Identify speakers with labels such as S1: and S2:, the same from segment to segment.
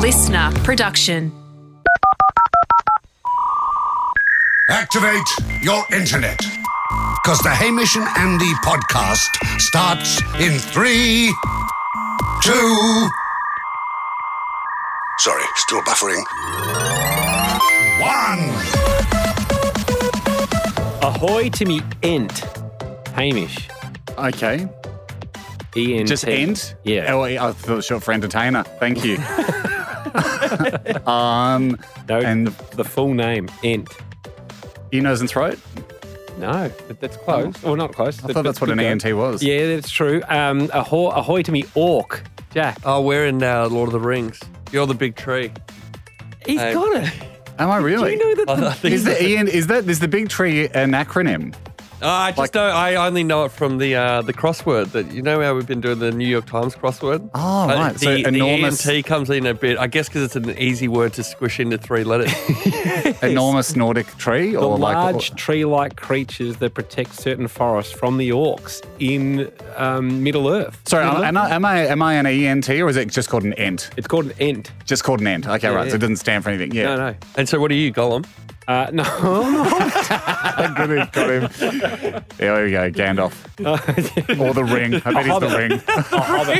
S1: listener production.
S2: Activate your internet. Because the Hamish and Andy podcast starts in three, two. Sorry, still buffering. One.
S3: Ahoy to me ent. Hamish.
S4: Okay.
S3: E-N-T.
S4: Just end?
S3: Yeah.
S4: Oh, I thought it was short for entertainer. Thank you. um,
S3: no,
S4: and-
S3: the, the full name, ent.
S4: ear, nose, and throat?
S3: No, that- that's close. Well, not close.
S4: Oh. I thought that's what an ENT was.
S3: Yeah, that's true. Um, ahoy, ahoy to me orc. Jack.
S5: Oh, we're in uh, Lord of the Rings. You're the big tree.
S3: He's
S5: Hey.
S3: got it.
S4: Am I
S3: Do
S4: really?
S3: you know that
S5: I, I
S3: the, E
S5: think
S4: is the EN, is that is the big tree an acronym?
S5: Oh, I just
S4: like-
S5: know. I only know it from the uh, the crossword. That you know how we've been doing the New York Times crossword.
S4: Oh,
S5: Uh,
S4: right.
S5: The,
S4: So
S5: the
S4: enormous-
S5: ENT comes in a bit. I guess because it's an easy word to squish into three letters.
S4: Enormous Nordic tree,
S3: the
S4: or like
S3: large tree-like creatures that protect certain forests from the orcs in um, Middle Earth?
S4: Sorry, am,
S3: Middle
S4: am
S3: Earth.
S4: I, am I am I an ENT or is it just called an ENT?
S3: It's called an ent.
S4: Just called an ENT. Okay, right. So
S3: yeah.
S4: it doesn't stand for anything.
S3: No,
S4: Yeah.
S3: no,
S5: and so, what are you, Gollum?
S3: uh, no.
S4: Got him, got him. Yeah, there we go, Gandalf. or the ring. I bet he's the
S3: hobbit.
S4: ring.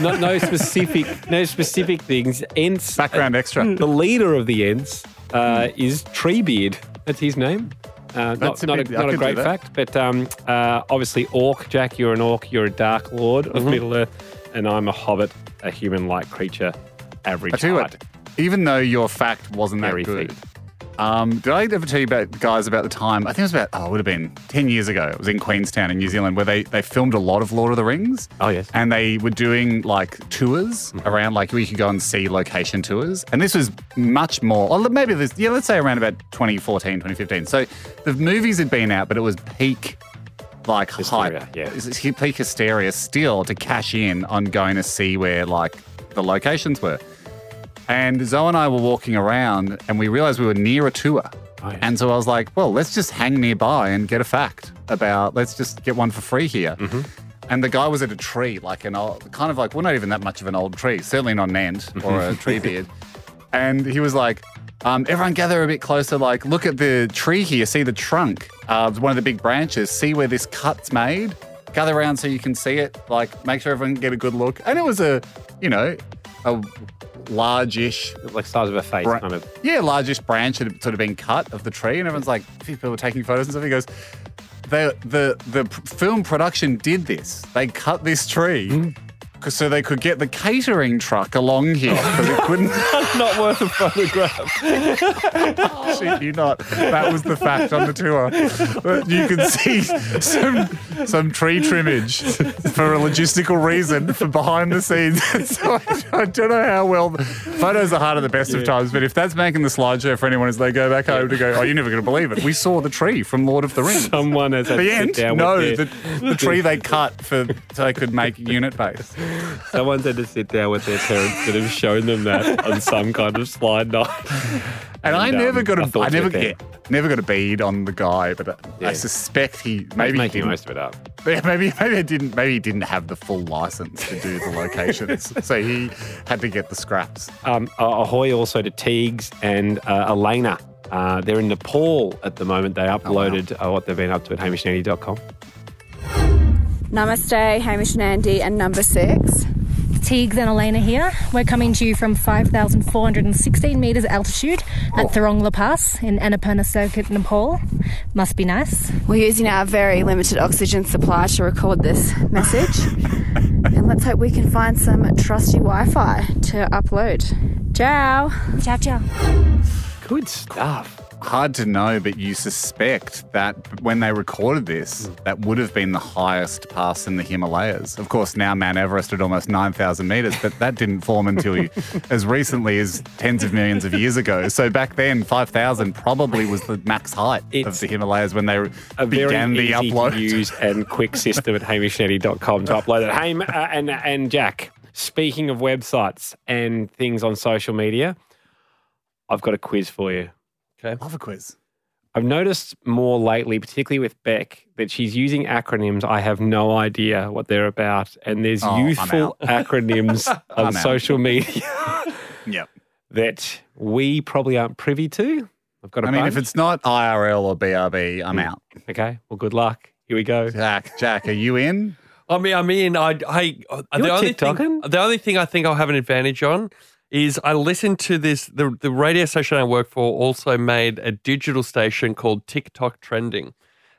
S3: no, no specific, no specific things. Ents. uh,
S4: Background extra.
S3: The leader of the Ents uh, is Treebeard. That's his name. Uh, not,
S4: That's a
S3: not, a
S4: big- I
S3: not a
S4: could do
S3: great
S4: that.
S3: fact, but um, uh, obviously, Orc, Jack, you're an Orc, you're a Dark Lord of
S4: Mm-hmm.
S3: Middle Earth, and I'm a Hobbit, a human like creature, average
S4: I tell you
S3: height.
S4: what, even though your fact wasn't that
S3: Very
S4: good,
S3: thick.
S4: um, did I ever tell you about guys about the time? I think it was about oh, it would have been ten years ago. It was in Queenstown in New Zealand where they they filmed a lot of Lord of the Rings.
S3: Oh, yes. Mm-hmm.
S4: and they were doing like tours around, like we could go and see location tours. And this was much more, or maybe this, yeah, let's say around about 2014, 2015. So the movies had been out, but it was peak like
S3: Hysteria,
S4: hype,
S3: yeah.
S4: It's- it's peak hysteria still to cash in on going to see where like the locations were. And Zoe and I were walking around and we realized we were near a tour.
S3: Oh, yeah.
S4: And so I was like, well, let's just hang nearby and get a fact about, let's just get one for free here.
S3: Mm-hmm.
S4: And the guy was at a tree, like an old, kind of like, well, not even that much of an old tree, certainly not an ant or a tree beard. And he was like, um, everyone gather a bit closer, like, look at the tree here, see the trunk, uh, one of the big branches, see where this cut's made. Gather around so you can see it, like, make sure everyone can get a good look. And it was a, you know, a large-ish
S3: Like size of a face,
S4: bra-
S3: kind of.
S4: yeah, largest branch had sort of been cut of the tree, and everyone's like, people were taking photos and stuff. He goes, the the the p- film production did this. They cut this tree.
S3: Hmm.
S4: 'cause- So they could get the catering truck along here because it couldn't.
S3: not worth a photograph.
S4: shit you not. That was the fact on the tour. But you could see some some tree trimmage for a logistical reason for behind the scenes. so I, I don't know how well photos are hard at the best of times, but if that's making the slideshow for anyone as they go back home to go, oh, you're never going to believe it. We saw the tree from Lord of the Rings.
S3: Someone has had
S4: the
S3: to sit
S4: end?
S3: down
S4: No,
S3: with their,
S4: the, the tree they cut for so they could make unit base.
S3: someone's had to sit down with their parents that have shown them that on some kind of slide night.
S4: And, I
S3: And,
S4: never
S3: um,
S4: got
S3: I
S4: a,
S3: thought
S4: I, never,
S3: you'd be.
S4: yeah, never got a bead on the guy, but I,
S3: Yeah.
S4: I suspect he maybe
S3: making
S4: he
S3: the
S4: didn't.
S3: most of it up.
S4: Yeah, maybe maybe I didn't maybe he didn't have the full license to do the locations, so he had to get the scraps.
S3: Um, uh, ahoy also to Teagues and uh, Elena. Uh, they're in Nepal at the moment. They
S4: Oh,
S3: uploaded uh, what they've been up to at hamishnandy.com.
S6: Namaste, Hamish and Andy, and number six.
S7: Teagues and Elena here. We're coming to you from 5,416 metres altitude at Thorongla Pass in Annapurna Circuit, Nepal. Must be nice.
S6: We're using our very limited oxygen supply to record this message. and let's hope we can find some trusty Wi Fi to upload. Ciao.
S7: Ciao, ciao.
S3: Good stuff.
S4: Hard to know, but you suspect that when they recorded this, that would have been the highest pass in the Himalayas. Of course, now Mount Everest at almost 9,000 meters, but that didn't form until you, as recently as tens of millions of years ago. So back then, 5,000 probably was the max height
S3: It's
S4: of the Himalayas when they
S3: A very
S4: began the
S3: easy
S4: upload.
S3: to use and quick system at hamishnandy.com to upload it. Hey, uh, and, and Jack, speaking of websites and things on social media, I've got a quiz for you.
S4: Love a quiz.
S3: I've noticed more lately, particularly with Beck, that she's using acronyms. I have no idea what they're about. And there's
S4: Oh, I'm
S3: youthful
S4: out.
S3: acronyms
S4: I'm
S3: on
S4: out.
S3: social media.
S4: Yep.
S3: that we probably aren't privy to. I've got a
S4: I mean,
S3: bunch.
S4: if it's not IRL or BRB, I'm out.
S3: okay, well, good luck. Here we go.
S4: Jack, Jack, are you in?
S5: I mean, I mean, I, I the
S3: You're
S5: only thing,
S3: TikToking?
S5: the only thing I think I'll have an advantage on is I listened to this. The the radio station I work for also made a digital station called TikTok Trending,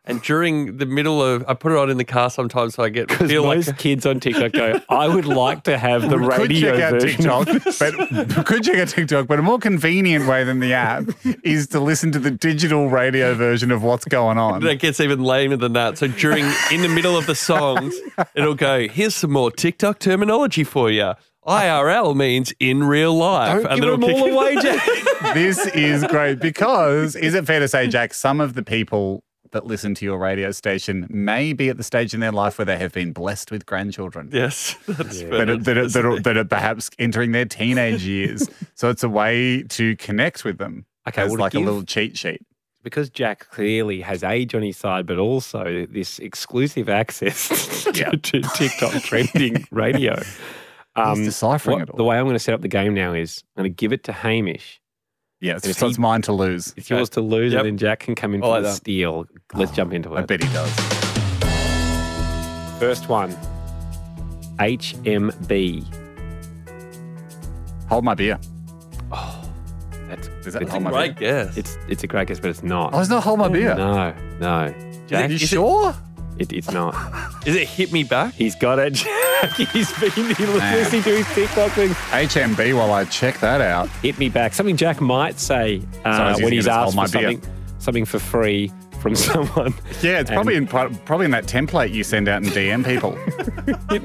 S5: and during the middle of, I put it on in the car sometimes, so I get
S3: Because
S5: feel like
S3: most kids on TikTok go, I would like to have the
S4: We could
S3: radio
S4: check out
S3: version.
S4: TikTok, but we could check out TikTok, but a more convenient way than the app is to listen to the digital radio version of what's going on.
S5: that gets even lamer than that. So during in the middle of the songs, it'll go, "Here's some more TikTok terminology for you." IRL means in real life,
S3: Don't give
S5: it'll
S3: them
S5: kick-
S3: all away, Jack.
S4: this is great because is it fair to say, Jack, some of the people that listen to your radio station may be at the stage in their life where they have been blessed with grandchildren.
S5: Yes, that's fair.
S4: That are, that, are, that, are, that are perhaps entering their teenage years. So it's a way to connect with them
S3: Okay,
S4: as
S3: well, to
S4: like a
S3: give-
S4: little cheat sheet.
S3: because Jack clearly has age on his side, but also this exclusive access to,
S4: Yeah.
S3: to TikTok trending radio. Um,
S4: deciphering it all.
S3: The way I'm going to set up the game now is I'm going to give it to Hamish.
S4: Yes,
S3: And if
S4: so
S3: he-
S4: it's mine to lose.
S3: It's yours to lose,
S5: Yep.
S3: and then Jack can come in
S5: I
S3: for
S5: like
S3: the
S5: that.
S3: steal. Let's jump into
S4: Oh, I
S3: it.
S4: bet he does.
S3: First one HMB.
S4: Hold my beer.
S3: That's,
S4: Is that
S3: it's,
S4: hold
S3: a,
S4: my
S5: Right,
S4: beer?
S5: yes.
S3: it's, it's a great guess, but it's not.
S4: Oh, it's not hold my beer.
S3: No, no. Jack,
S4: you
S3: is it-
S4: sure?
S3: It, it's not.
S5: Is it hit me back?
S3: He's got it, Jack. He's been he was listening to his TikTok thing.
S4: HMB while I check that out.
S3: hit me back. Something Jack might say
S4: Sorry, I
S3: uh,
S4: was
S3: when
S4: using
S3: he's
S4: it as hold
S3: asked
S4: my
S3: for
S4: beer.
S3: something, something for free from someone.
S4: Yeah, it's
S3: And-
S4: probably in pro- probably in that template you send out and DM people.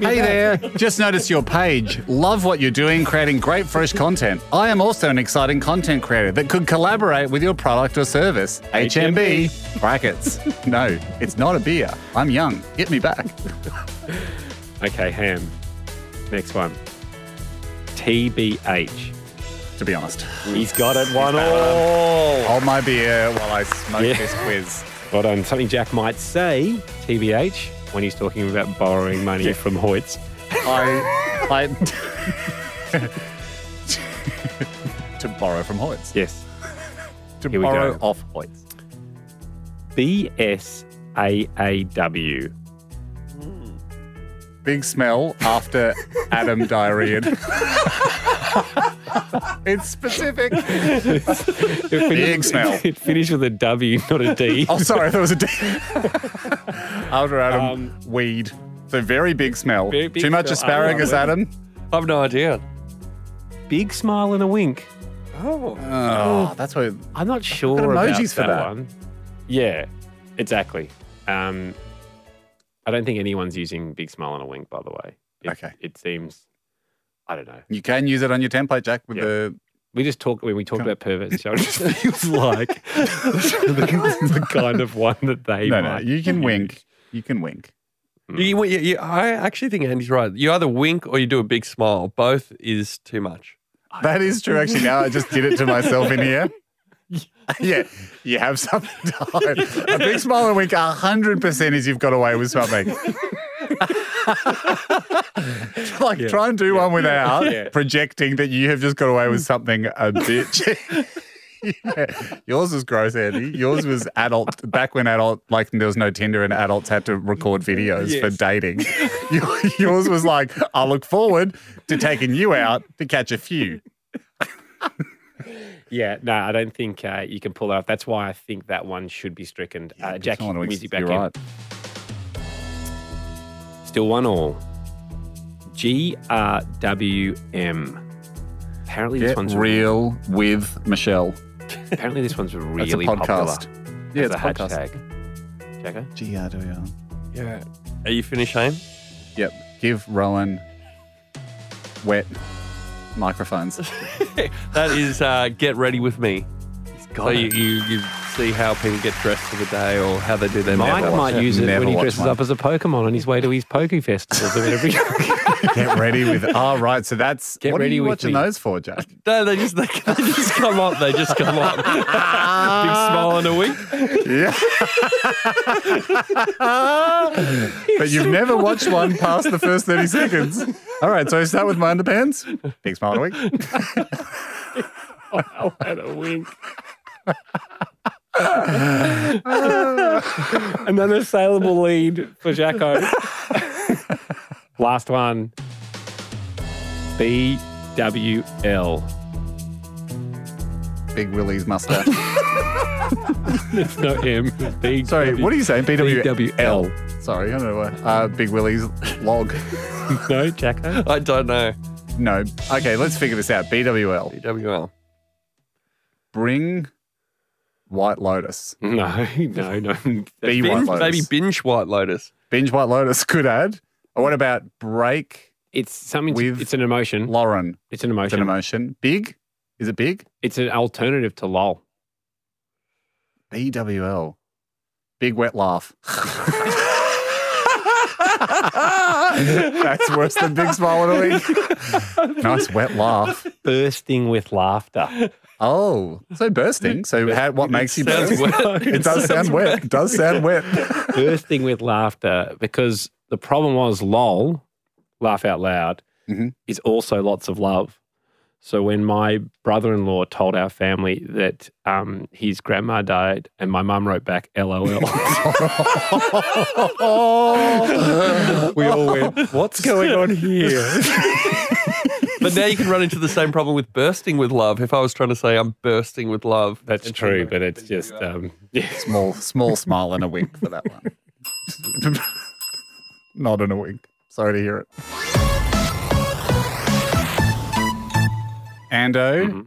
S4: hey there, just noticed your page. Love what you're doing, creating great fresh content. I am also an exciting content creator that could collaborate with your product or service. HMB brackets. No, it's not a beer. I'm young. Hit me back.
S3: Okay, Ham. Next one. TBH.
S4: To be honest,
S3: He's got it. One all.
S5: Oh,
S4: hold my beer while I smoke
S3: Yeah.
S4: this quiz.
S3: Well done. Something Jack might say, TBH, when he's talking about borrowing money from Hoyts.
S4: I, I to borrow from Hoyts.
S3: Yes.
S4: To
S3: Here we
S4: borrow
S3: go.
S4: off Hoyts.
S3: BSAAW.
S4: Big smell after Adam diarrheaed. it's specific.
S3: It finished-
S4: Big smell.
S3: It finished with a W, not a D.
S4: Oh, sorry, there was a D. after Adam weed. So very big smell.
S3: Um, Very big
S4: Too much
S3: smell. I don't
S4: asparagus,
S3: know.
S4: Adam.
S5: I have no idea.
S3: Big smile and a wink.
S5: Oh,
S4: Oh, that's what.
S3: I'm not sure
S4: got
S3: about
S4: emojis for
S3: that,
S4: that.
S3: one. Yeah, exactly. Um, I don't think anyone's using big smile and a wink. By the way, it,
S4: Okay.
S3: It seems I don't know.
S4: You can use it on your template, Jack. With
S3: Yeah.
S4: the
S3: We just talk when we talk about perverts. so It just feels like the, the kind of one that they
S4: no, no,
S3: might.
S4: you can
S3: use.
S4: wink. You can wink.
S5: you, you, you, I actually think Andy's right. You either wink or you do a big smile. Both is too much.
S4: That is true. Actually, now I just did it to myself in here. Yeah, you have something to hide. A big smile and wink, hundred percent is you've got away with something. like try and do one without
S3: Yeah.
S4: projecting that you have just got away with something a bitch. Yeah. Yours was gross, Andy. Yours was adult back when adult like there was no Tinder and adults had to record videos for dating. Your- Yours was like, I look forward to taking you out to catch a few.
S3: Yeah, no, I don't think uh, you can pull that off. That's why I think that one should be stricken. uh, Jack, music back
S4: You're
S3: in.
S4: right.
S3: Still one all. GRWM. Apparently this
S4: Get
S3: one's
S4: real with Michelle.
S3: Apparently, this one's
S4: That's a
S3: really popular.
S4: podcast. Yeah,
S3: as
S4: it's
S3: a
S4: a podcast.
S3: hashtag. Checker?
S4: GRWL.
S5: Yeah. Are you finished, Shane?
S4: Yep. Give Rowan wet microphones.
S5: That is uh, get ready with me. So you, you, you see how people get dressed for the day or how they do their
S3: Mike
S5: makeup.
S3: might
S4: it.
S3: use it
S4: Never
S3: when he
S4: watch
S3: dresses
S4: one.
S3: up as a Pokemon on his way to his Pokefestivals. and every-
S4: Get ready with. All right. So that's.
S3: Get
S4: what
S3: ready
S4: are you
S3: with me.
S4: watching those for, Jack?
S5: No, they just they, they just come on. They just come on. Big smile and a wink.
S4: Yeah. but you've never watched one past the first 30 seconds. All right. So I start with my underpants. Big smile and a wink.
S3: Wow, what a wink. An unassailable lead for Jacko. Last one. BWL.
S4: Big Willie's mustache.
S3: It's not him. B-
S4: Sorry, what are you saying? BW-
S3: BWL.
S4: Sorry, I don't know why. Uh, Big Willie's log.
S3: No, Jacko.
S5: I don't know.
S4: no. Okay, let's figure this out. BWL.
S5: BWL.
S4: Bring White Lotus.
S3: No, no, no.
S4: B White
S5: Binge,
S4: Lotus.
S5: maybe binge White Lotus.
S4: Binge White Lotus. Good ad. Or what about Break
S3: It's something.
S4: With-
S3: it's an emotion.
S4: Lauren?
S3: It's an
S4: It's
S3: emotion.
S4: an emotion. Big? Is it big?
S3: It's an alternative to lol.
S4: BWL. Big wet laugh. That's worse than big smile on a wink. Nice wet laugh.
S3: Bursting with laughter.
S4: Oh, so bursting. So how, what makes you
S5: sounds
S4: burst?
S5: wet.
S4: It does sound wet. It does sound wet.
S3: Bursting with laughter because the problem was lol, laugh out loud,
S4: Mhm.
S3: is also lots of love. So when my brother-in-law told our family that um, his grandma died, and my mum wrote back, "LOL," we all went, "What's going on here?"
S5: But now you can run into the same problem with bursting with love. If I was trying to say I'm bursting with love,
S3: That's true, but it's just um,
S4: small, small smile and a wink for that one. Not in a wink. Sorry to hear it. Ando,
S5: Mm-hmm.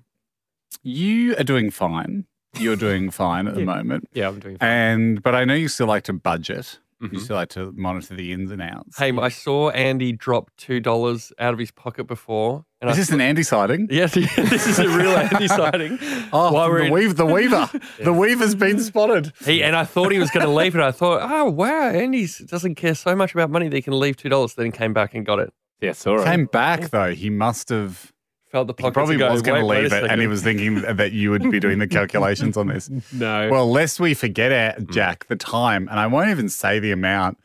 S4: you are doing fine. You're doing fine at the moment.
S3: yeah, I'm doing. Fine.
S4: And but I know you still like to budget. You still like to monitor the ins and outs.
S5: Mm-hmm. Hey, I saw Andy drop two dollars out of his pocket before, and
S4: Is
S5: I
S4: this an Andy sighting?
S5: yes, this is a real Andy sighting.
S4: Oh,
S5: While we're
S4: the,
S5: in-
S4: weave, the weaver. The weaver's been spotted.
S5: He and I thought he was going to leave, and I thought, oh wow, Andy doesn't care so much about money that he can leave two dollars. Then he came back and got it.
S3: Yes, all right.
S4: Came back though. He must have.
S5: Felt the
S4: He
S5: pocket.
S4: probably
S5: go,
S4: was going to
S5: "Wait, wait a
S4: leave it, and he
S5: second."
S4: was thinking that you would be doing the calculations on this.
S3: No.
S4: Well, lest we forget, our,
S5: Mm.
S4: Jack, the time, and I won't even say the amount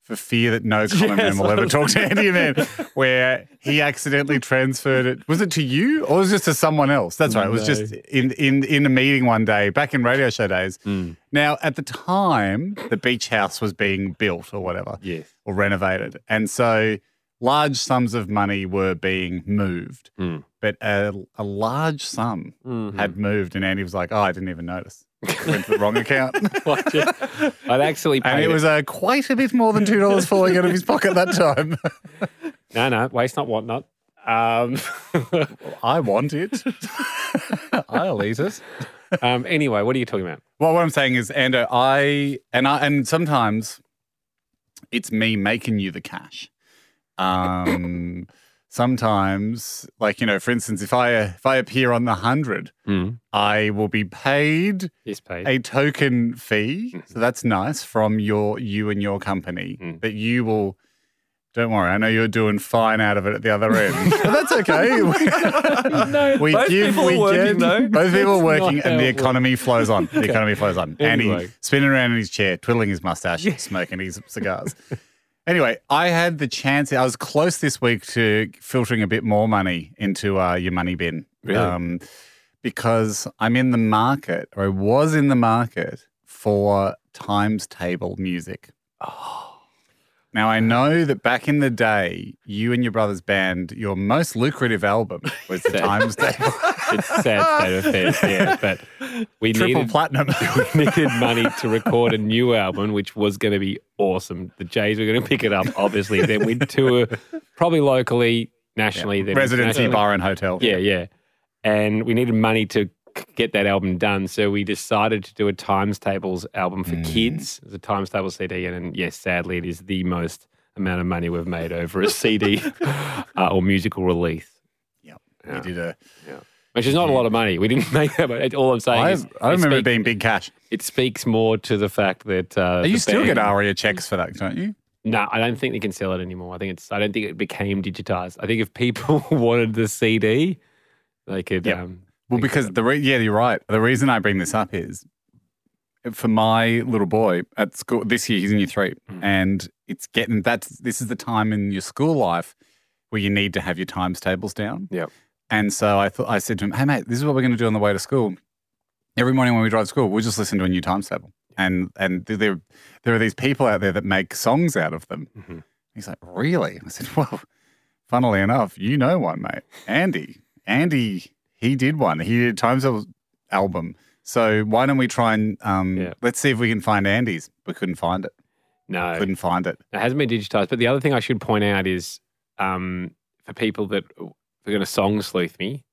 S4: for fear that no common man will ever talk to Andy Man, where he accidentally transferred it. Was it to you or was it just to someone else? That's right. It was just in, in, in a meeting one day, back in radio show days.
S5: Mm.
S4: Now, at the time, the beach house was being built or whatever
S3: Yes.
S4: or renovated. And so large sums of money were being moved,
S3: Mm.
S4: but a, a large sum had moved. And Andy was like, oh, I didn't even notice. Went to the wrong account.
S3: I'd actually paid
S4: and it was uh, quite a bit more than $2 falling out of his pocket that time.
S3: No, no, waste not, want not. Um,
S4: I want it. I'll eat it.
S3: um, anyway, what are you talking about?
S4: Well, what I'm saying is, Ando, I and I and sometimes it's me making you the cash. Um, sometimes, like you know, for instance, if I if I appear on the hundred, I will be paid
S3: Yes, paid.
S4: a token fee. So that's nice from your you and your company that you will. Don't worry, I know you're doing fine out of it at the other end, but that's okay. we
S5: both people are working, though.
S4: both people are
S3: That's
S4: working,
S3: not
S4: and
S3: how
S4: the
S3: it works.
S4: economy flows on. The economy flows on. And
S3: Anyway.
S4: he's spinning around in his chair, twiddling his mustache, smoking his cigars. Anyway, I had the chance. I was close this week to filtering a bit more money into uh, your money bin.
S3: Really?
S4: Um, because I'm in the market, or I was in the market for times table music.
S3: Oh.
S4: Now, I know that back in the day, you and your brother's band, your most lucrative album was the times table.
S3: It's a sad state of affairs, yeah. But we
S4: Triple
S3: needed,
S4: platinum.
S3: we needed money to record a new album, which was going to be awesome. The Jays were going to pick it up, obviously. then we'd tour, probably locally, nationally. Then
S4: Residency,
S3: internationally.
S4: bar, and hotel.
S3: Yeah, yeah. And we needed money to c- get that album done. So we decided to do a Times Tables album
S4: Mm.
S3: for kids. It's a Times Tables CD. And, and yes, sadly, it is the most amount of money we've made over a CD uh, or musical release,
S4: You did a,
S3: which is not a lot of money. We didn't make that much. All I'm saying
S4: I,
S3: is
S4: I remember
S3: it,
S4: it
S3: speak-
S4: being big cash.
S3: it speaks more to the fact that. Uh,
S4: You
S3: the
S4: still
S3: band-
S4: get ARIA checks for that, don't you?
S3: No, I don't think they can sell it anymore. I think it's. I don't think it became digitized. I think if people wanted the CD, they could.
S4: Yep.
S3: Um,
S4: Well,
S3: Think
S4: because the re- yeah, you're right. The reason I bring this up is for my little boy at school this year. He's in year 3 and it's getting that's this is the time in your school life where you need to have your times tables down.
S3: Yep.
S4: And so I thought I said to him, "Hey mate, this is what we're going to do on the way to school. Every morning when we drive to school, we'll just listen to a new times table. And and th- there there are these people out there that make songs out of them."
S3: Mm-hmm.
S4: He's like, "Really?" I said, "Well, funnily enough, you know one, mate, Andy. Andy, he did one. He did a times Table album. So why don't we try and um,
S3: Yeah.
S4: let's see if we can find Andy's? We couldn't find it.
S3: No,
S4: Couldn't find it.
S3: It hasn't been digitized. But the other thing I should point out is um, for people that are going to song sleuth me,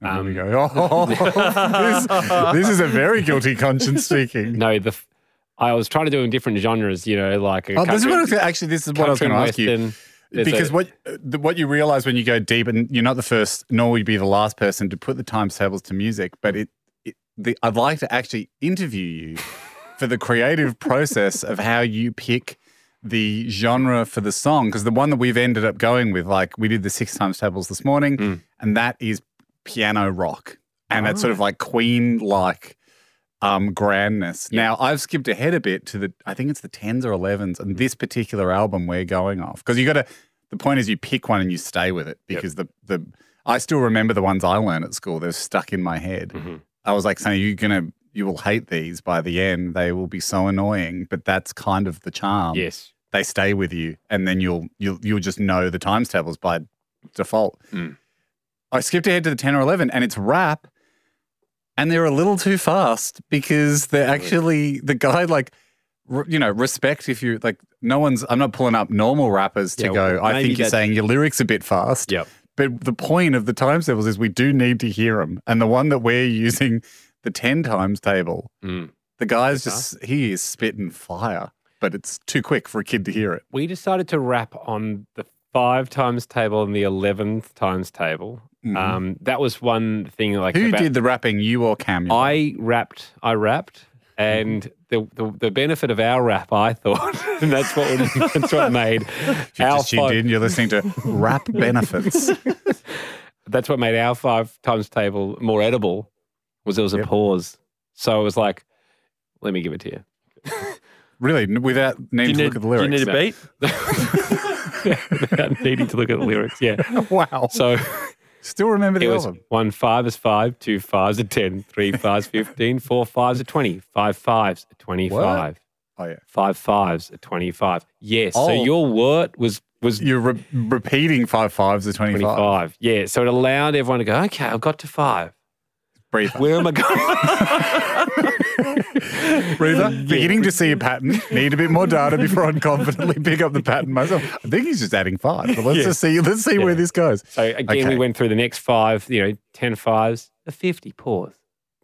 S4: And we
S3: Um,
S4: go. Oh, this, this is a very guilty conscience speaking.
S3: no, the f- I was trying to do in different genres, you know, like a
S4: Oh, this is
S3: country-
S4: what I was, gonna- actually this is what I was
S3: country
S4: going to
S3: and
S4: ask you
S3: western. There's
S4: because
S3: a-
S4: what the, what you realize when you go deep and you're not the first nor will you be the last person to put the times tables to music, but it, it the, I'd like to actually interview you for the creative process of how you pick the genre for the song because the one that we've ended up going with like we did the six times tables this morning
S3: Mm.
S4: and that is piano rock and it's sort of like queen like um grandness now i've skipped ahead a bit to the i think it's the 10s or 11s and this particular album we're going off because you gotta the point is you pick one and you stay with it because the the i still remember the ones i learned at school they're stuck in my head
S3: Mm. Mm-hmm.
S4: i was like saying you're gonna you will hate these by the end they will be so annoying but that's kind of the charm
S3: yes,
S4: they stay with you and then you'll you'll you'll just know the times tables by default.
S3: Mm.
S4: I skipped ahead to the 10 or 11 and it's rap and they're a little too fast because they're actually the guy like r- you know respect if you like no one's I'm not pulling up normal rappers to
S3: Yeah,
S4: go
S3: well,
S4: I
S3: maybe
S4: think you're
S3: that-
S4: saying your lyrics a bit fast.
S3: yep,
S4: But the point of the times tables is we do need to hear them and the one that we're using the 10 times table
S3: Mm.
S4: the guy's just he is spitting fire but it's too quick for a kid to hear it.
S3: we decided to wrap on the five times table and the eleventh times table. Um, that was one thing. Like
S4: Mm-hmm. Who
S3: about-
S4: did the rapping, you or Cam?
S3: I rapped, I rapped, and the,
S4: Mm-hmm.
S3: the the benefit of our rap, I thought, and that's what that's what made
S4: you
S3: our
S4: just tuned
S3: five-
S4: in. You're listening to Rap Benefits.
S3: that's what made our five times table more edible was there was a pause. So it was like, let me give it to you.
S4: Really, n- without
S5: Do
S4: needing
S5: you,
S4: to
S5: need,
S4: look at the
S5: do you
S4: lyrics.
S5: need a beat?
S3: Without needing to look at the lyrics. Yeah.
S4: wow.
S3: So
S4: Still remember the
S3: it was
S4: album.
S3: one five is five, two fives are ten, three fives fifteen, four fives are twenty, five fives are twenty five,
S4: Oh, yeah.
S3: five fives are twenty five. Yes. So
S4: Oh.
S3: your word was was
S4: You're re- repeating five fives to 25.
S3: 25. Yeah. So it allowed everyone to go, okay, I've got to five.
S4: Breather.
S3: Where am I going?
S4: Breather. Beginning to see a pattern. Need a bit more data before I can confidently pick up the pattern myself. I think he's just adding five. But let's just see. Let's see where this goes.
S3: so again,
S4: Okay.
S3: we went through the next five, you know, 10 fives, a 50, pause,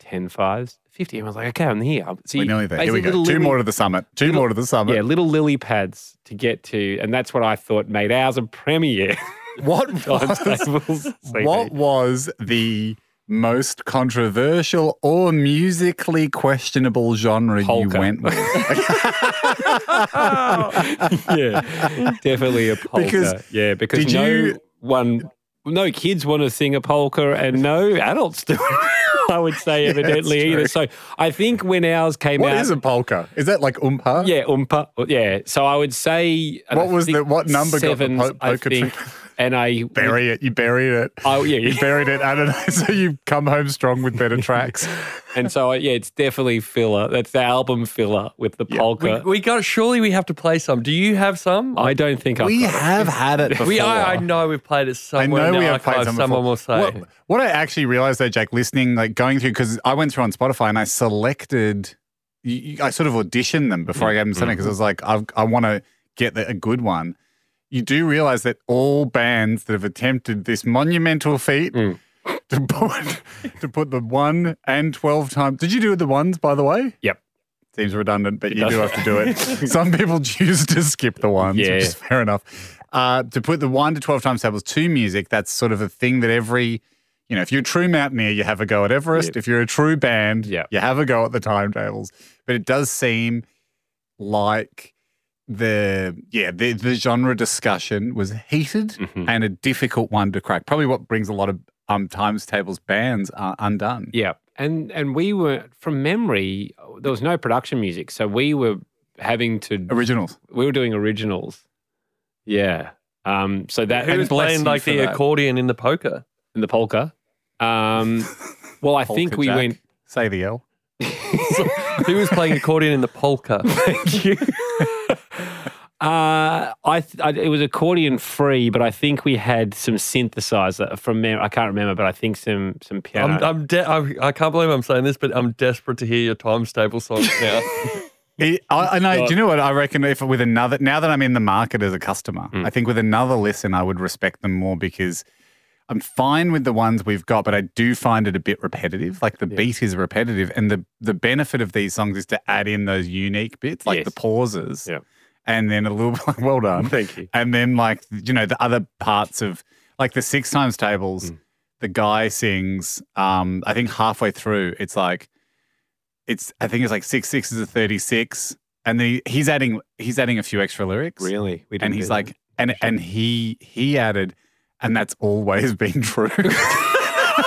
S3: 10 fives, 50. Everyone's like, okay, I'm here. I'm- So
S4: We're
S3: you-
S4: nearly there. Here we
S3: basically
S4: go.
S3: little
S4: Two
S3: lily-
S4: more to the summit. Two more to the summit.
S3: Yeah, little lily pads to get to. And that's what I thought made ours a premiere.
S4: What
S3: Times
S4: was-
S3: tables.
S4: What was the most controversial or musically questionable genre
S3: Polka.
S4: you went with?
S3: yeah, definitely a polka.
S4: Because-
S3: yeah, because
S4: did
S3: no
S4: you-
S3: one, no kids want to sing a polka, and no adults do. I would say, evidently
S4: that's
S3: either. So I think when ours came
S4: What
S3: out,
S4: is a polka? Is that like umpa?
S3: yeah, umpa, yeah. So I would say, and
S4: What
S3: I
S4: was
S3: think
S4: the- what number got the
S3: sevens,
S4: po-
S3: I
S4: polka
S3: think,
S4: trick?
S3: and I
S4: Bury it. You buried it.
S3: Oh, yeah,
S4: You
S3: yeah.
S4: buried it. I don't know. So you come home strong with better tracks.
S3: and so I, yeah, it's definitely filler. That's the album filler with the polka.
S5: We, we got. Surely we have to play some. Do you have some?
S3: I don't think I've got it.
S4: have had it
S5: we I, I know we've played it somewhere. in the archive.
S4: some
S5: Someone will say.
S4: What, what I actually realized though, Jack, listening, like going through, because I went through on Spotify and I selected, you- you- I sort of auditioned them before I gave them
S5: Mm,
S4: something because
S5: mm-hmm.
S4: I was like, I've, I want to get the, a good one. You do realize that all bands that have attempted this monumental feat to put to put the one and twelve times. Did you do the ones by the way?
S3: Yep.
S4: Seems redundant, but you do have to do it. Some people choose to skip the ones,
S3: Yeah.
S4: which is fair enough. Uh, to put the one to 12 times tables to music, that's sort of a thing that every, you know, if you're a true mountaineer, you have a go at Everest. If you're a true band,
S3: Yep.
S4: you have a go at the timetables. But it does seem like the yeah the, the genre discussion was heated
S3: Mm-hmm.
S4: and a difficult one to crack probably what brings a lot of um times tables bands are undone
S3: Yeah, and and we were from memory. There was no production music, so we were having to.
S4: originals
S3: We were doing originals. Yeah. Um. So that
S5: Who
S3: and
S5: was playing
S4: you
S5: like
S4: for
S5: the
S4: that.
S5: accordion in the poker?
S3: in the polka. Um, well, I think we
S4: Polka Jack.
S3: went.
S4: Say the L.
S5: Who was playing accordion in the polka?
S3: Thank you. Uh, I, th- I it was accordion free, but I think we had some synthesizer from mem- I can't remember, but I think some some piano.
S5: I'm, I'm de- I'm, I can't believe I'm saying this, but I'm desperate to hear your times table songs now.
S4: I, I know. Do you know what I reckon? If with another, now that I'm in the market as a customer,
S3: Mm.
S4: I think with another listen, I would respect them more because I'm fine with the ones we've got, but I do find it a bit repetitive. Like the beat is repetitive, and the the benefit of these songs is to add in those unique bits, like
S3: Yes.
S4: the pauses,
S3: Yeah.
S4: and then a little bit. Like, well done,
S3: Thank you.
S4: And then like you know the other parts of like the six times tables.
S3: Hmm.
S4: The guy sings. Um, I think halfway through, it's like it's I think it's like six six is a thirty six, and the, he's adding he's adding a few extra lyrics.
S3: really, we didn't
S4: And
S3: do
S4: he's
S3: that.
S4: like, and and he he added, and that's always been true.
S3: yeah,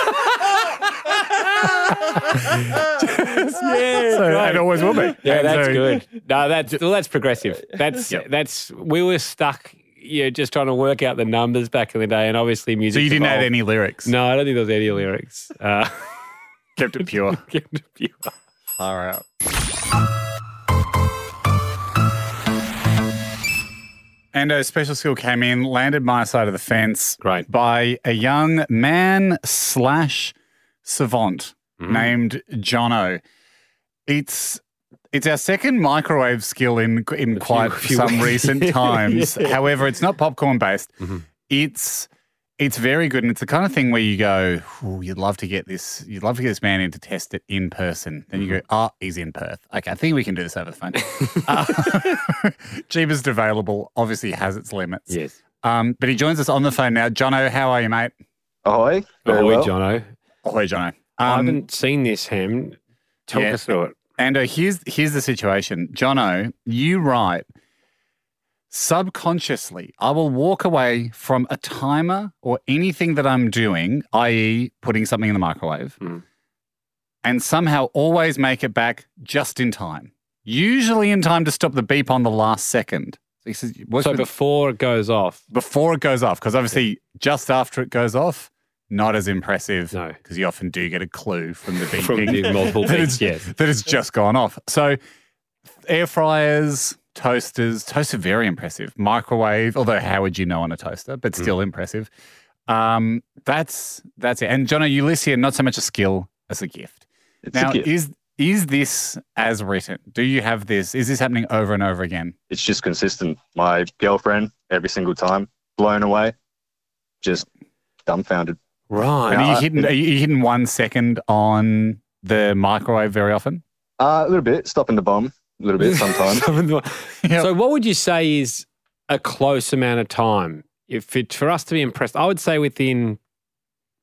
S4: so
S3: right.
S4: it always will be.
S3: Yeah,
S4: And
S3: that's
S4: so-
S3: good. No, that's well, that's progressive. That's that's we were stuck, you know, just trying to work out the numbers back in the day, and obviously
S4: So
S3: music.
S4: you didn't add
S3: evolved.
S4: any lyrics.
S3: No, I don't think there was any lyrics. Uh,
S4: kept it pure.
S3: yeah,
S4: Far out. And a special skill came in, landed my side of the fence.
S3: Great.
S4: By a young man slash savant
S3: Mm-hmm.
S4: named Jono. It's it's our second microwave skill in in quite
S3: few-
S4: some recent times. However, it's not popcorn based.
S3: Mm-hmm.
S4: It's it's very good, and it's the kind of thing where you go, "Ooh, "You'd love to get this. You'd love to get this man in to test it in person." Then you go,
S3: Mm-hmm.
S4: "Ah, he's in Perth. Okay, I think we can do this over the phone." uh, cheapest available obviously has its limits.
S3: yes.
S4: Um, but he joins us on the phone now. Jono, how are you, mate?
S1: Ahoy. Very
S3: Ahoy,
S1: well.
S3: Jono.
S4: Um, Ahoy, Jono.
S3: I
S4: Um,
S3: haven't seen this Ham. Talk
S4: Yeah.
S3: us through it.
S4: And uh, here's here's the situation, Jono. You write subconsciously. I will walk away from a timer or anything that I'm doing, i.e., putting something in the microwave,
S3: Mm.
S4: and somehow always make it back just in time. Usually in time to stop the beep on the last second. So he says, what's
S3: So
S4: with-
S3: before it goes off,
S4: before it goes off, because obviously just after it goes off, not as impressive.
S3: No.
S4: because you often do get a clue from the beeping
S3: from the multiple
S4: that
S3: beats,
S4: it's,
S3: yes.
S4: that it's just gone off. So air fryers, toasters, toaster very impressive. Microwave, although how would you know on a toaster, but
S3: Hmm.
S4: still impressive. Um, that's that's it. And Jono, you list here not so much a skill as a gift.
S1: It's
S4: now
S1: a gift.
S4: is is this as written? Do you have this? Is this happening over and over again?
S1: it's just consistent. My girlfriend, every single time, blown away, just dumbfounded.
S3: Right.
S4: And are you
S1: I-
S4: hitting are you hitting one second on the microwave very often?
S1: Uh, a little bit, stopping the bomb, a little bit sometimes.
S4: Yep.
S3: So, what would you say is a close amount of time if it, for us to be impressed? I would say within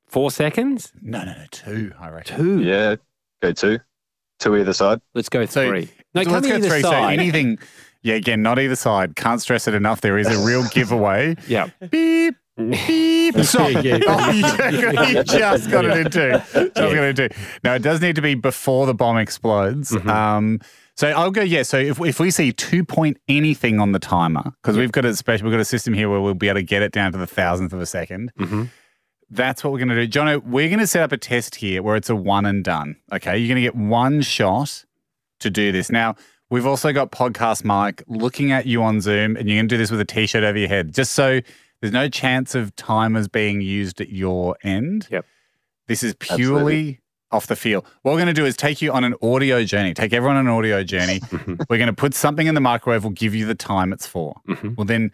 S3: four seconds.
S4: No, no, no, two, I reckon.
S3: Two.
S1: yeah, go two, two either side.
S3: Let's go
S4: So-
S3: three. No,
S4: So
S3: come
S4: let's go
S3: either
S4: three. So
S3: side.
S4: anything yeah, again, not either side. Can't stress it enough. There is a real giveaway.
S3: yeah.
S4: beep, beep. Stop.
S3: Mm. Yeah, yeah.
S4: Oh, you just- you just got it in two. Just got
S3: Yeah.
S4: it in two. No, it does need to be before the bomb explodes.
S3: Mm-hmm.
S4: Um, so I'll go, yeah. So if, if we see two point anything on the timer, because we've got a special, we've got a system here where we'll be able to get it down to the thousandth of a 2nd
S3: Mhm.
S4: That's what we're going to do. Jono, we're going to set up a test here where it's a one and done. Okay. You're going to get one shot to do this. Now, we've also got podcast Mike looking at you on Zoom, and you're going to do this with a t shirt over your head, just so there's no chance of timers being used at your end.
S3: Yep.
S4: This is purely
S1: Absolutely.
S4: off the field. What we're going to do is take you on an audio journey, take everyone on an audio journey. we're going to put something in the microwave, we'll give you the time it's for. We'll then,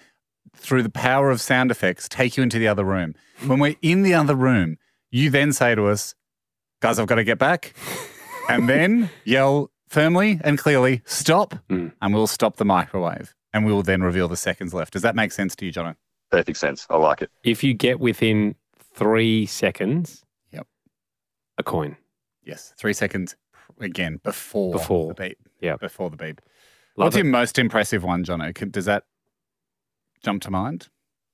S4: through the power of sound effects, take you into the other room. When we're in the other room, you then say to us, guys, I've got to get back. And then yell firmly and clearly, stop,
S3: Mm.
S4: and we'll stop the microwave. And we will then reveal the seconds left. Does that make sense to you, Jono?
S1: Perfect sense. I like it.
S3: If you get within three seconds,
S4: Yep.
S3: a coin.
S4: Yes. Three seconds again before,
S3: Before.
S4: the beep.
S3: Yep.
S4: Before the beep.
S3: Love
S4: What's
S3: it.
S4: your most impressive one, Jono? Could- Does that jump to mind?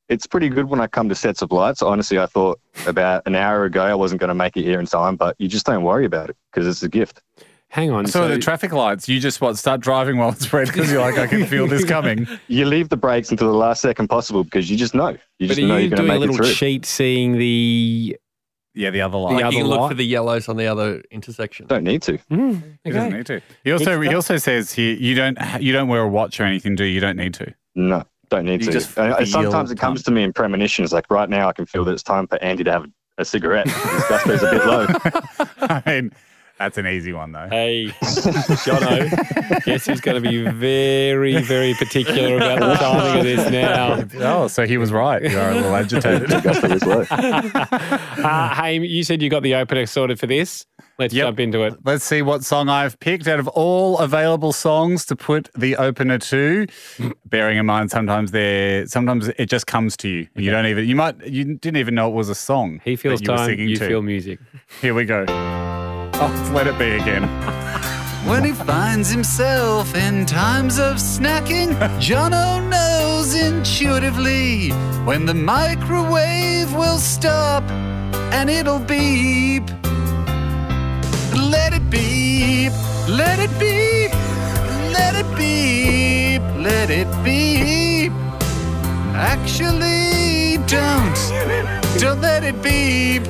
S1: It's pretty good when I come to sets of lights. Honestly, I thought about an hour ago I wasn't going to make it here in time, but you just don't worry about it because it's a gift.
S3: Hang on.
S4: So,
S3: So,
S4: the traffic lights, you just what start driving while it's red because you're like, I can feel this coming.
S1: You leave the brakes until the last second possible because you just know.
S3: but
S1: You just
S3: are
S1: know
S3: you
S1: are going to
S3: doing a
S1: make it
S3: little
S1: through.
S3: cheat, seeing the
S4: Yeah, the other line.
S5: Like
S3: other
S5: you look
S3: light.
S5: for the yellows on the other intersection.
S1: Don't need to.
S4: He doesn't need to. He also he also says here you don't you don't wear a watch or anything, do you? You don't need to.
S1: No, don't need
S4: You
S1: to.
S4: just
S1: And I-
S4: feel
S1: sometimes it comes to me in premonitions. Like right now, I can feel that it's time for Andy to have a cigarette. His gusto's a bit low.
S4: I mean, that's an easy one though.
S3: Hey, Jono, guess who's going to be very, very particular about the timing of this now?
S4: Oh, so he was right. You are a little agitated.
S1: Gusto is low.
S3: Uh, hey, you said you got the opener sorted for this. Let's
S4: Yep.
S3: jump into it.
S4: Let's see what song I've picked out of all available songs to put the opener to. Bearing in mind, sometimes they sometimes it just comes to you. You don't even you might you didn't even know it was a song.
S3: He feels
S4: that you were
S3: time,
S4: singing
S3: you
S4: to.
S3: feel music.
S4: Here we go. Oh, it's let it be again. when he finds himself in times of snacking, Jono knows intuitively when the microwave will stop and it'll beep. Let it beep, let it beep, let it beep, let it beep. Actually, don't, don't let it beep,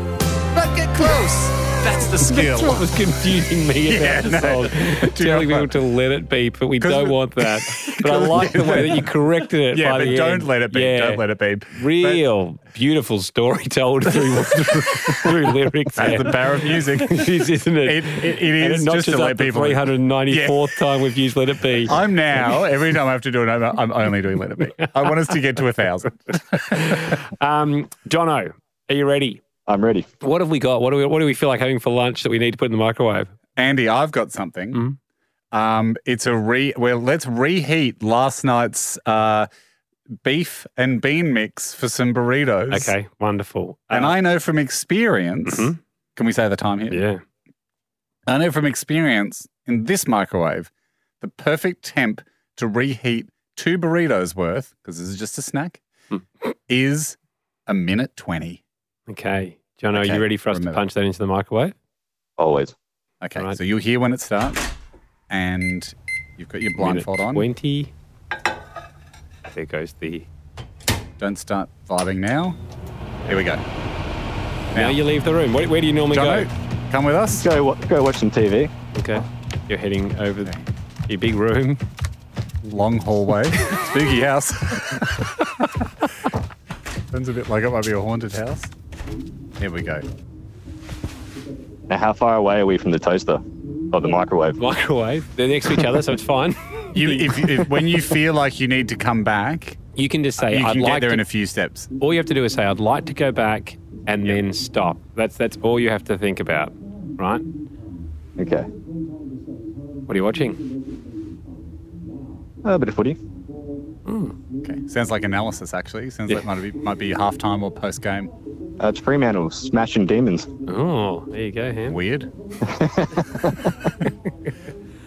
S4: but get close. That's the skill.
S3: That's what was confusing me about
S4: Yeah,
S3: the
S4: no.
S3: song.
S4: Do
S3: Telling people
S4: not-
S3: to let it beep, but we
S4: 'Cause
S3: don't
S4: we-
S3: want that. But I
S4: 'Cause-
S3: like the way that you corrected it.
S4: Yeah,
S3: by
S4: but
S3: the
S4: don't
S3: end.
S4: let it be.
S3: Yeah.
S4: Don't let it be.
S3: Real beautiful story told through, through lyrics.
S4: That's
S3: there.
S4: the power of music.
S3: It is, isn't it?
S4: It- it- it
S3: And
S4: is
S3: it
S4: just
S3: notches
S4: to
S3: up
S4: let
S3: the
S4: people-
S3: 394th time we've used Let It Be.
S4: I'm now every time I have to do it. I'm, I'm only doing let it be. I want us to get to a thousand.
S3: Um, Jono, are you ready?
S1: I'm ready.
S3: What have we got? What do we, what do we feel like having for lunch that we need to put in the microwave?
S4: Andy, I've got something.
S3: Mm.
S4: Um, it's a re. Well, let's reheat last night's uh, beef and bean mix for some burritos.
S3: Okay, wonderful.
S4: And
S3: Uh,
S4: I know from experience.
S3: Mhm.
S4: Can we say the time here?
S3: yeah,
S4: I know from experience in this microwave, the perfect temp to reheat two burritos worth, because this is just a snack,
S3: Hmm.
S4: is a minute 20.
S3: okay. Jono, are
S4: Okay,
S3: you ready for us to
S4: remember.
S3: punch that into the microwave?
S1: Always.
S4: Okay,
S3: Right.
S4: so you'll hear when it starts, and you've got your blindfold
S3: Minute
S4: on.
S3: 20. There goes the.
S4: Don't start vibing now. Here we go.
S3: Now you leave the room. Where, where do you normally
S4: Jono,
S3: go?
S4: come with us.
S1: Go wa- go watch some TV.
S3: Okay. You're heading over your big room.
S4: Long hallway, spooky house. Sounds a bit like it might be a haunted house. Here we go.
S1: Now, how far away are we from the toaster or the microwave?
S3: Microwave. They're next to each other, so it's fine.
S4: You, if, if when you feel like you need to come back,
S3: You can just say,
S4: you
S3: I'd
S4: can
S3: like
S4: get there
S3: to
S4: in a few steps.
S3: all you have to do is say, "I'd like to go back," and then stop. That's that's all you have to think about, right?
S1: Okay.
S3: What are you watching?
S1: A bit of footy.
S4: Okay, sounds like analysis. Actually, sounds like might be might be half time or post game.
S1: Uh, it's Fremantle smashing demons.
S3: Oh, there you go, Ham.
S4: Weird.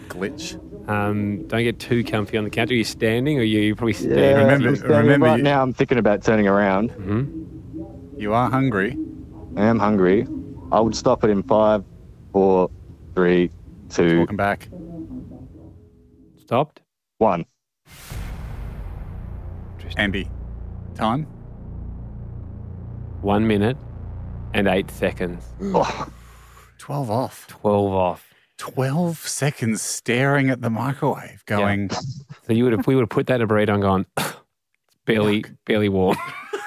S4: Glitch.
S3: Um, don't get too comfy on the couch. Are you standing, or you you probably standing?
S4: remember-
S1: I'm standing
S4: remember
S1: right
S4: you-
S1: now, I'm thinking about turning around.
S4: You are hungry.
S1: I am hungry. I would stop it in five, four, three, two,
S4: Welcome back.
S3: Stopped.
S1: one.
S4: Andy, time?
S3: One minute and eight seconds.
S4: Oh. 12 off.
S3: Twelve off.
S4: 12 seconds staring at the microwave, going,
S3: So you would have we would have put that in a burrito and gone. "It's Barely, barely warm.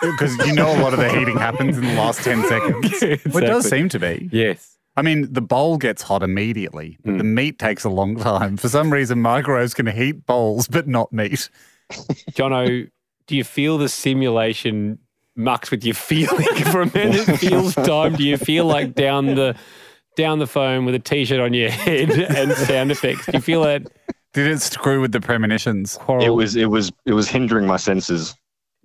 S4: because you know a lot of the heating happens in the last 10 seconds. Well, it does
S3: Exactly.
S4: seem to be.
S3: Yes.
S4: I mean, the bowl gets hot immediately,
S3: Hmm.
S4: but the meat takes a long time. For some reason, microwaves can heat bowls, but not meat.
S3: Jono, do you feel the simulation mucks with your feeling for a minute? Feels time. Do you feel like down the down the phone with a t-shirt on your head and sound effects? Do you feel that
S4: Did it screw with the premonitions?
S1: It
S3: quarrel?
S1: was it was it was hindering my senses.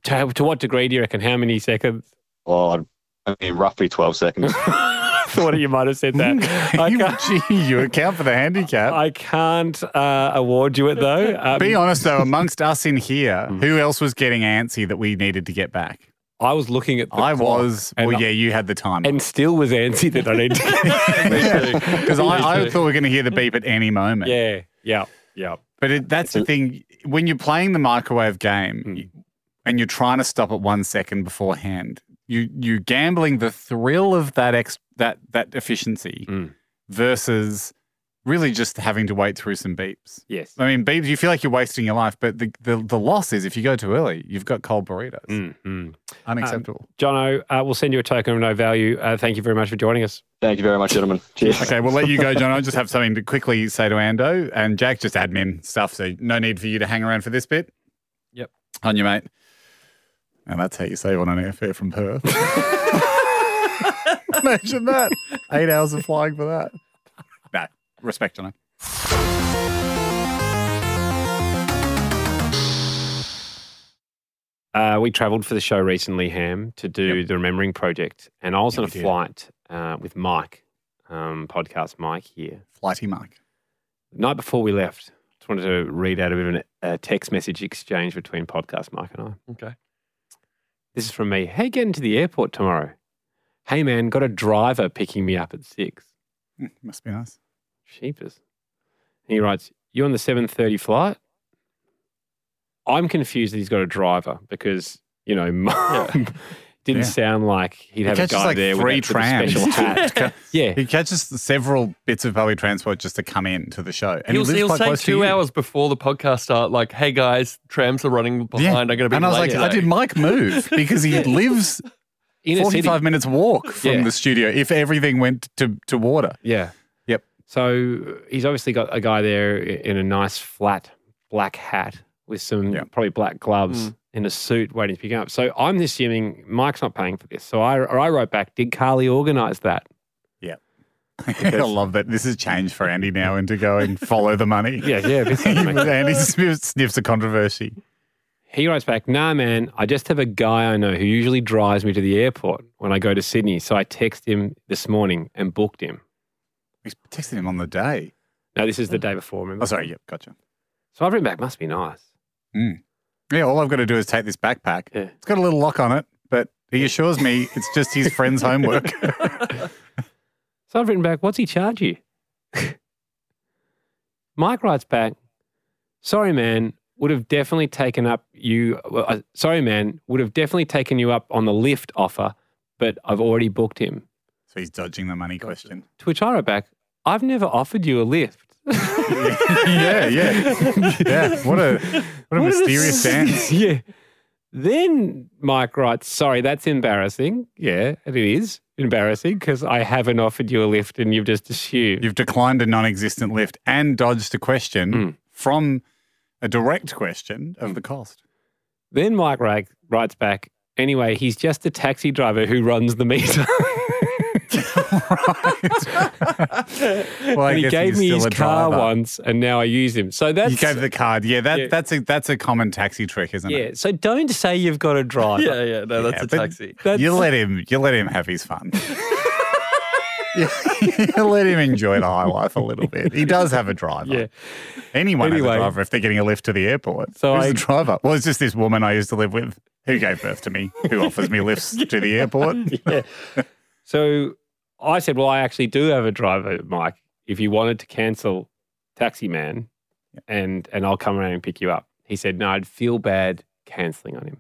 S3: to, to what degree do you reckon? How many seconds?
S1: Oh, I mean, roughly twelve seconds.
S3: Thought you might have said that. I
S4: Hmm. You,
S3: can't,
S4: gee, you account for the handicap.
S3: I can't uh, award you it though. Um,
S4: Be honest, though, amongst us in here,
S3: Hmm.
S4: who else was getting antsy that we needed to get back?
S3: I was looking at. The
S4: I
S3: clock
S4: was.
S3: and,
S4: Well, yeah, you had the time.
S3: and still was antsy that I need to.
S4: Because I, I thought we were going to hear the beep at any moment.
S3: yeah, yeah, yeah.
S4: But it, that's the thing. When you're playing the microwave game and you're trying to stop it one second beforehand, you you gambling the thrill of that ex that that efficiency
S3: Mm.
S4: versus really just having to wait through some beeps.
S3: Yes.
S4: I mean, beeps, you feel like you're wasting your life, but the, the, the loss is if you go too early, you've got cold burritos.
S3: Mm, mm.
S4: Unacceptable.
S3: Jono, uh, we'll send you a token of no value. Uh, thank you very much for joining us.
S1: Thank you very much, gentlemen. Cheers.
S4: Okay, we'll let you go, John. I just have something to quickly say to Ando and Jack, just admin stuff. So no need for you to hang around for this bit.
S5: Yep.
S4: On you, mate. And that's how you save on an airfare from Perth. Imagine that. Eight hours of flying for that. No, respect, John.
S3: Uh, we travelled for the show recently, Ham, to do the Remembering Project, and I was on a flight uh, with Mike, um, podcast Mike here.
S4: Flighty Mike.
S3: The night before we left, just wanted to read out a bit of an, a text message exchange between podcast Mike and I.
S5: Okay.
S3: This is from me. Hey, getting to the airport tomorrow. Hey, man, got a driver picking me up at six.
S4: Mm, Must be nice.
S3: Cheapers. And he writes, You on the 730 flight? I'm confused that he's got a driver because, you know, didn't
S4: Yeah.
S3: sound like he'd have a
S4: catches
S3: guy
S4: like
S3: there with
S4: three
S3: that sort of
S4: trams.
S3: special hat. yeah.
S4: He catches the several bits of public transport just to come in to the show. And
S5: he'll
S4: he lives
S5: he'll
S4: quite
S5: say
S4: close to
S5: two
S4: you.
S5: hours before the podcast start, like, "Hey guys, trams are running behind. I'm going to be
S4: and I was like,
S5: late."
S4: I did Mike move? Because he lives
S3: In a city.
S4: 45 minutes walk from
S3: Yeah.
S4: the studio if everything went to, to water.
S3: Yeah.
S4: Yep.
S3: So he's obviously got a guy there i- in a nice flat black hat with some
S4: Yeah. Mm.
S3: probably black gloves in a suit waiting to pick him up. So I'm assuming Mike's not paying for this. So I, or I wrote back, did Carly organize that?
S4: I love that. This has changed for Andy now into going follow the money.
S3: Yeah, yeah. this is me.
S4: Andy sniffs, sniffs a controversy.
S3: He writes back, nah, man, I just have a guy I know who usually drives me to the airport when I go to Sydney. So I texted him this morning and booked him.
S4: We texted him on the day.
S3: No, this is the day before, remember?
S4: Oh, sorry. Yep, gotcha.
S3: So I've written back, must be nice.
S4: Yeah, all I've got to do is take this backpack.
S3: Yeah.
S4: It's got a little lock on it, but he assures me it's just his friend's homework.
S3: So I've written back, what's he charge you? Mike writes back, sorry, man, would have definitely taken up you, well, uh, sorry, man, would have definitely taken you up on the lift offer, but I've already booked him.
S4: so he's dodging the money question.
S3: To which I wrote back, I've never offered you a lift.
S4: yeah, yeah. Yeah. What a what a mysterious stance.
S3: yeah. Then Mike writes, sorry, that's embarrassing. Yeah, it is embarrassing because I haven't offered you a lift and you've just assumed.
S4: You've declined a non existent lift and dodged a question
S3: Hmm.
S4: from a direct question of the cost.
S3: Then Mike Rag writes back, anyway, he's just a taxi driver who runs the meter.
S4: Well, I
S3: and he
S4: guess
S3: gave
S4: he's
S3: me
S4: still
S3: his
S4: a
S3: car
S4: driver.
S3: once and now I use him. So that's
S4: You gave the card. Yeah, that,
S3: Yeah.
S4: that's a that's a common taxi trick, isn't
S3: Yeah.
S4: it?
S3: So don't say you've got a driver.
S5: yeah, yeah, no, that's
S4: Yeah,
S5: a
S4: but-
S5: taxi.
S3: That's-
S4: you let him you let him have his fun. you you let him enjoy the high life a little bit. He does have a driver.
S3: Yeah.
S4: Anyone has
S3: Anyway.
S4: a driver if they're getting a lift to the airport.
S3: So
S4: So Who's
S3: I-
S4: the driver? Well, it's just this woman I used to live with who gave birth to me, who offers me lifts to the airport.
S3: So I said, well, I actually do have a driver, Mike. If you wanted to cancel Taxi Man and, and I'll come around and pick you up. He said, no, I'd feel bad cancelling on him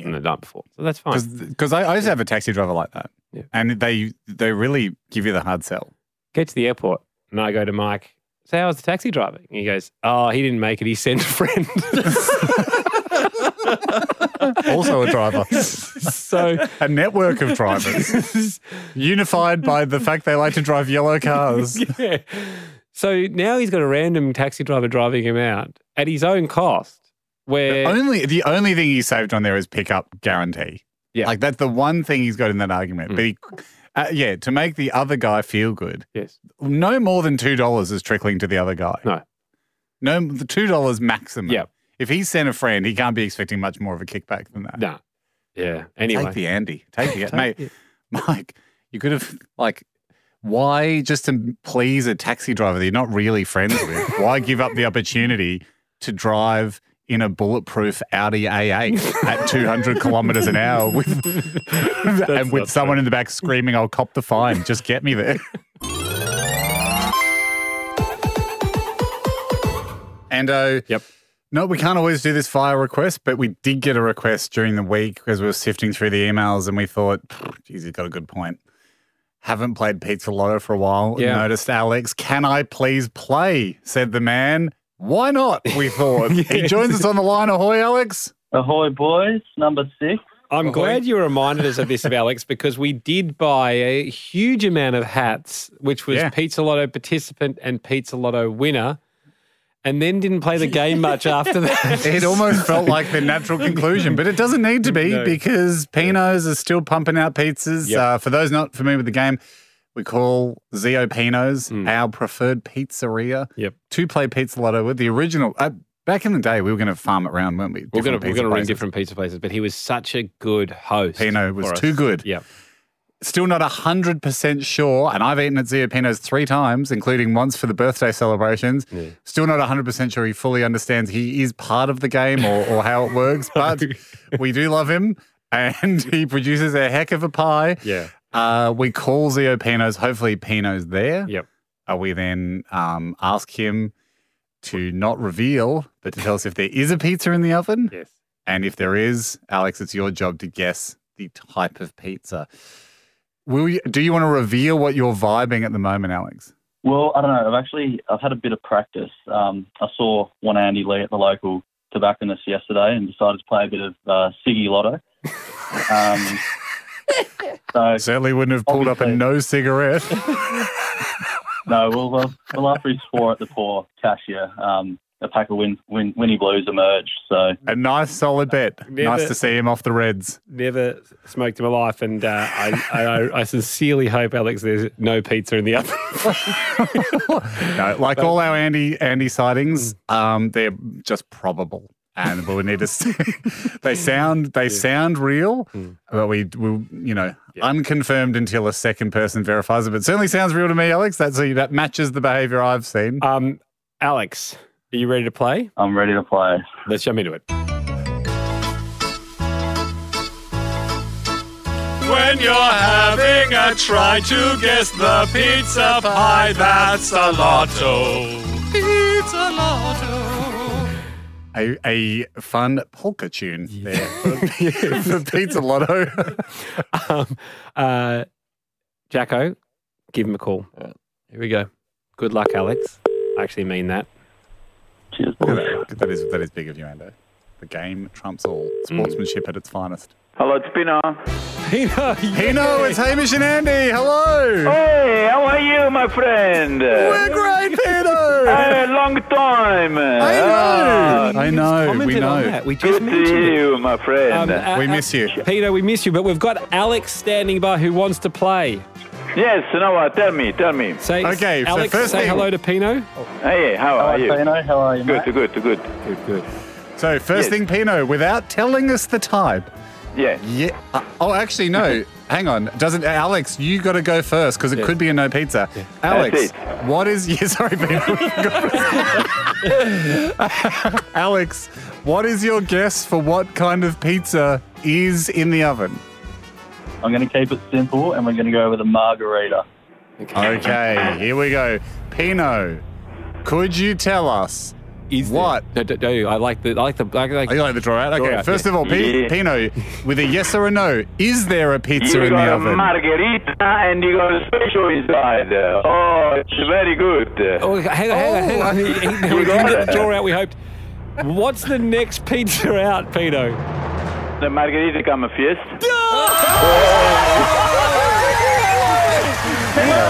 S3: from the night before. So that's fine.
S4: Because I, I used to have a taxi driver like that,
S3: Yeah.
S4: and they they really give you the hard sell.
S3: Get to the airport and I go to Mike, so how was the taxi driver? And he goes, oh, he didn't make it. He sent a friend.
S4: Also a driver,
S3: so
S4: a network of drivers, unified by the fact they like to drive yellow cars.
S3: yeah. So now he's got a random taxi driver driving him out at his own cost. Where
S4: Only the only thing he saved on there is pickup guarantee.
S3: Yeah. Mm.
S4: like that's the one thing he's got in that argument. But he, uh, yeah, to make the other guy feel good,
S3: yes,
S4: no more than two dollars is trickling to the other guy.
S3: No.
S4: no, the two dollars maximum.
S3: Yeah.
S4: if he sent a friend, he can't be expecting much more of a kickback than that.
S3: nah, yeah. Anyway,
S4: Take the Andy. Take the mate. Mike, you could have like why just to please a taxi driver that you're not really friends with? why give up the opportunity to drive in a bulletproof Audi A8 at 200 kilometers an hour with and with someone in the back screaming, "I'll cop the fine. Just get me there." Ando,
S3: Yep.
S4: No, we can't always do this via request, but we did get a request during the week because we were sifting through the emails and we thought, "Pfft, geez, he's got a good point. Haven't played Pizza Lotto for a while.
S3: Yeah.
S4: Noticed Alex, can I please play? Said the man. Why not? We thought. He joins us on the line. Ahoy, Alex.
S8: Ahoy, boys. Number six.
S3: I'm glad you reminded us of this, of Alex, because we did buy a huge amount of hats, which was
S4: Yeah.
S3: Pizza Lotto participant and Pizza Lotto winner, and then didn't play the game much after that.
S4: It almost felt like the natural conclusion, but it doesn't need to be
S3: No.
S4: because Pinos are still pumping out pizzas.
S3: Yep.
S4: Uh, for those not familiar with the game, we call Zio Pinos
S3: Mm.
S4: our preferred pizzeria.
S3: Yep.
S4: To play Pizza Lotto with the original. Uh, back in the day, we were going to farm it round, weren't we?
S3: We're going
S4: Different
S3: to we're
S4: pizza
S3: going to ring
S4: places.
S3: different pizza places, but he was such a good host.
S4: Pino was
S3: for us.
S4: too good.
S3: Yeah,
S4: Still not 100% sure. And I've eaten at Zio Pinos three times, including once for the birthday celebrations. Still not 100% sure he fully understands he is part of the game or, or how it works, but we do love him. And he produces a heck of a pie.
S3: yeah,
S4: Uh, we call Zio Pinos. Hopefully, Pino's there.
S3: Yep.
S4: Uh, we then um, ask him to not reveal, but to tell us if there is a pizza in the oven.
S3: yes.
S4: And if there is, Alex, it's your job to guess the type of pizza. Will you, do you want to reveal what you're vibing at the moment, Alex?
S8: Well, I don't know. I've actually I've had a bit of practice. Um, I saw one Andy Lee at the local tobacconist yesterday and decided to play a bit of uh, Siggy Lotto. Um, so
S4: Certainly wouldn't have pulled up a
S8: Obviously.
S4: no cigarette.
S8: no, well, well, well after he swore at the poor cashier, um, a pack of win, win, Winnie Blues emerged. So
S4: a nice solid bet.
S3: Never-
S4: Nice to see him off the Reds.
S3: Never smoked in my life, and uh, I, I, I sincerely hope Alex, there's no pizza in the oven.
S4: No, like all our Andy Andy sightings, um, they're just probable, and we'll need to. See. they sound they sound real, but we will you know unconfirmed until a second person verifies it. But certainly sounds real to me, Alex. That's that matches the behaviour I've seen.
S3: um, Alex, are you ready to play?
S8: I'm ready to play.
S3: Let's jump into it.
S4: When you're having a try to guess the pizza pie, that's a lotto. Pizza lotto. A, a fun polka tune there for, for Pizza Lotto.
S3: Um, uh, Jacko, give him a call.
S5: Here we go.
S3: Good luck, Alex. I actually mean that.
S8: Cheers, boys.
S4: that is that is big of you, Ando. The game trumps all.
S3: Mm.
S4: Sportsmanship at its finest.
S9: Hello, it's Spinner.
S3: Pino,
S4: Hino, it's Hamish and Andy. Hello.
S9: Hey, how are you, my friend?
S4: We're great, Hino.
S9: Hey, long time.
S4: I
S9: Ah,
S4: know. I know. We
S3: commented on
S4: know.
S3: that. We
S9: Good
S3: just
S9: to
S3: mentioned
S9: see
S3: it.
S9: you, my friend.
S3: Um,
S4: We
S3: uh,
S4: miss you.
S3: uh, Peter, we miss you, but we've got Alex standing by who wants to play.
S9: yes, no, uh, tell me, tell me.
S3: Say,
S4: Okay, so
S3: Alex,
S4: first
S3: say
S4: thing-
S3: hello to Pino.
S9: Hey, how
S8: Hi,
S9: are you?
S8: Pino. How are you, mate?
S9: Good, good, good.
S4: So first
S9: Yes.
S4: thing, Pino, without telling us the type.
S9: Yeah.
S4: Yeah. Uh, oh, actually, no. Hang on. Doesn't Alex? You got to go first because it could be a no pizza. Alex,
S9: That's
S4: what is? Yeah, sorry, Pino. Alex, what is your guess for what kind of pizza is in the oven?
S8: I'm going to keep it simple, and we're going to go with a margarita.
S4: Okay, here we go. Pino, could you tell us?
S3: Is
S4: What?
S3: No, no, no, I like the. I like the. I like,
S4: Are you like the draw out? Okay,
S3: out,
S4: first of all, P-
S9: Yeah.
S4: Pino, with a yes or a no, is there a pizza
S9: You
S4: in the
S9: got a
S4: oven?
S9: margarita and you got a special inside. Oh, it's very good.
S3: Oh, hang on, hang on, hang on. He- he- we
S9: got
S3: didn't get
S9: it.
S3: the draw out we hoped. What's the next pizza out, Pino?
S9: The margarita come first.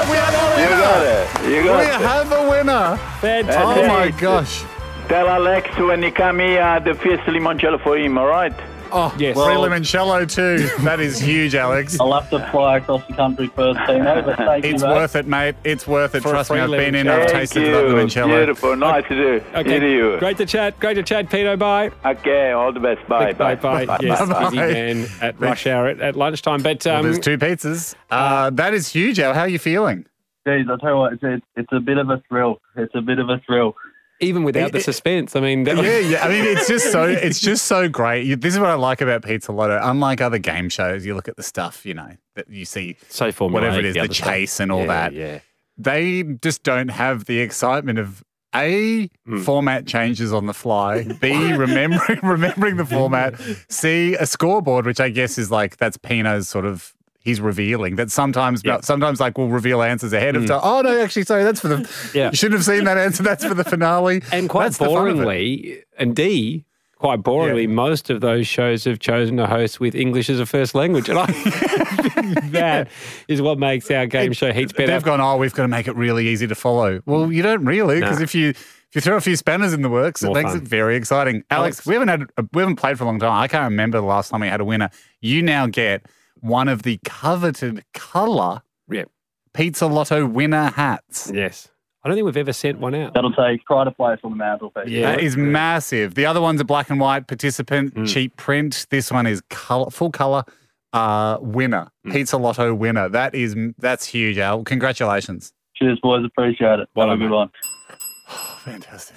S4: We have a
S9: You
S4: winner!
S9: got it. You
S4: We
S9: got it.
S4: have a winner!
S3: Fantastic.
S4: Oh
S9: Hey.
S4: my gosh.
S9: Tell Alex when he come here, uh, the first limoncello for him, all right?
S4: Oh,
S3: Yes.
S4: free limoncello too. That is huge, Alex.
S8: I'll have to fly across the country first, Pino, but thank you,
S4: It's
S8: mate.
S4: worth it, mate. It's worth it.
S3: For a
S4: Trust me,
S3: free
S4: I've been in,
S3: limoncello.
S4: I've
S9: Thank
S4: tasted
S9: you.
S4: that limoncello.
S9: Beautiful. Nice to do.
S3: Okay.
S9: Hear you.
S3: Great to chat. Great to chat, Pino. Bye.
S9: Okay, all the best. Bye. Bye.
S3: bye. Yes,
S4: Bye-bye.
S3: busy man at rush hour at, at lunchtime. But
S4: Well,
S3: um,
S4: there's two pizzas. Uh, that is huge, Al. How are you feeling?
S8: Geez, I tell you what, it's a, it's a bit of a thrill. It's a bit of a thrill.
S3: even without the
S4: it-
S3: suspense, I mean, that was-
S4: Yeah, yeah. I mean, it's just so it's just so great. You- This is what I like about Pizza Lotto. Unlike other game shows, you look at the stuff, you know, that you see,
S3: so formulaic.
S4: whatever it is,
S3: the
S4: the
S3: other stuff.
S4: chase and all
S3: Yeah,
S4: that.
S3: Yeah.
S4: They just don't have the excitement of A
S3: Mm.
S4: format changes on the fly. B remembering remembering the format. C a scoreboard, which I guess is like that's Pino's sort of he's revealing that sometimes sometimes like we'll reveal answers ahead of time. Oh no, actually, sorry, that's for the
S3: Mm. Yeah.
S4: you shouldn't have seen that answer. That's for the finale.
S3: And quite
S4: That's the fun of it.
S3: boringly, and D, quite boringly, most of those shows have chosen to host with English as a first language. And I think that is what makes our game show heaps better.
S4: They've gone, oh, we've got to make it really easy to follow. Well, you don't really, because
S3: No.
S4: if you if you throw a few spanners in the works,
S3: More
S4: it makes
S3: fun.
S4: it very exciting. Alex,
S3: Alex.
S4: we haven't had we haven't played for a long time. I can't remember the last time we had a winner. You now get one of the coveted color
S3: Yeah.
S4: pizza lotto winner hats.
S3: Yes. I don't think we've ever sent one out.
S8: That'll take try to play from the mantle. people.
S3: Yeah. Mm.
S4: That is massive. The other one's a black and white participant, cheap print. This one is color, full color uh, winner,
S3: Mm.
S4: pizza lotto winner. That is that's huge, Al. Congratulations.
S8: Cheers, boys. Appreciate it. Have a good one.
S4: Fantastic.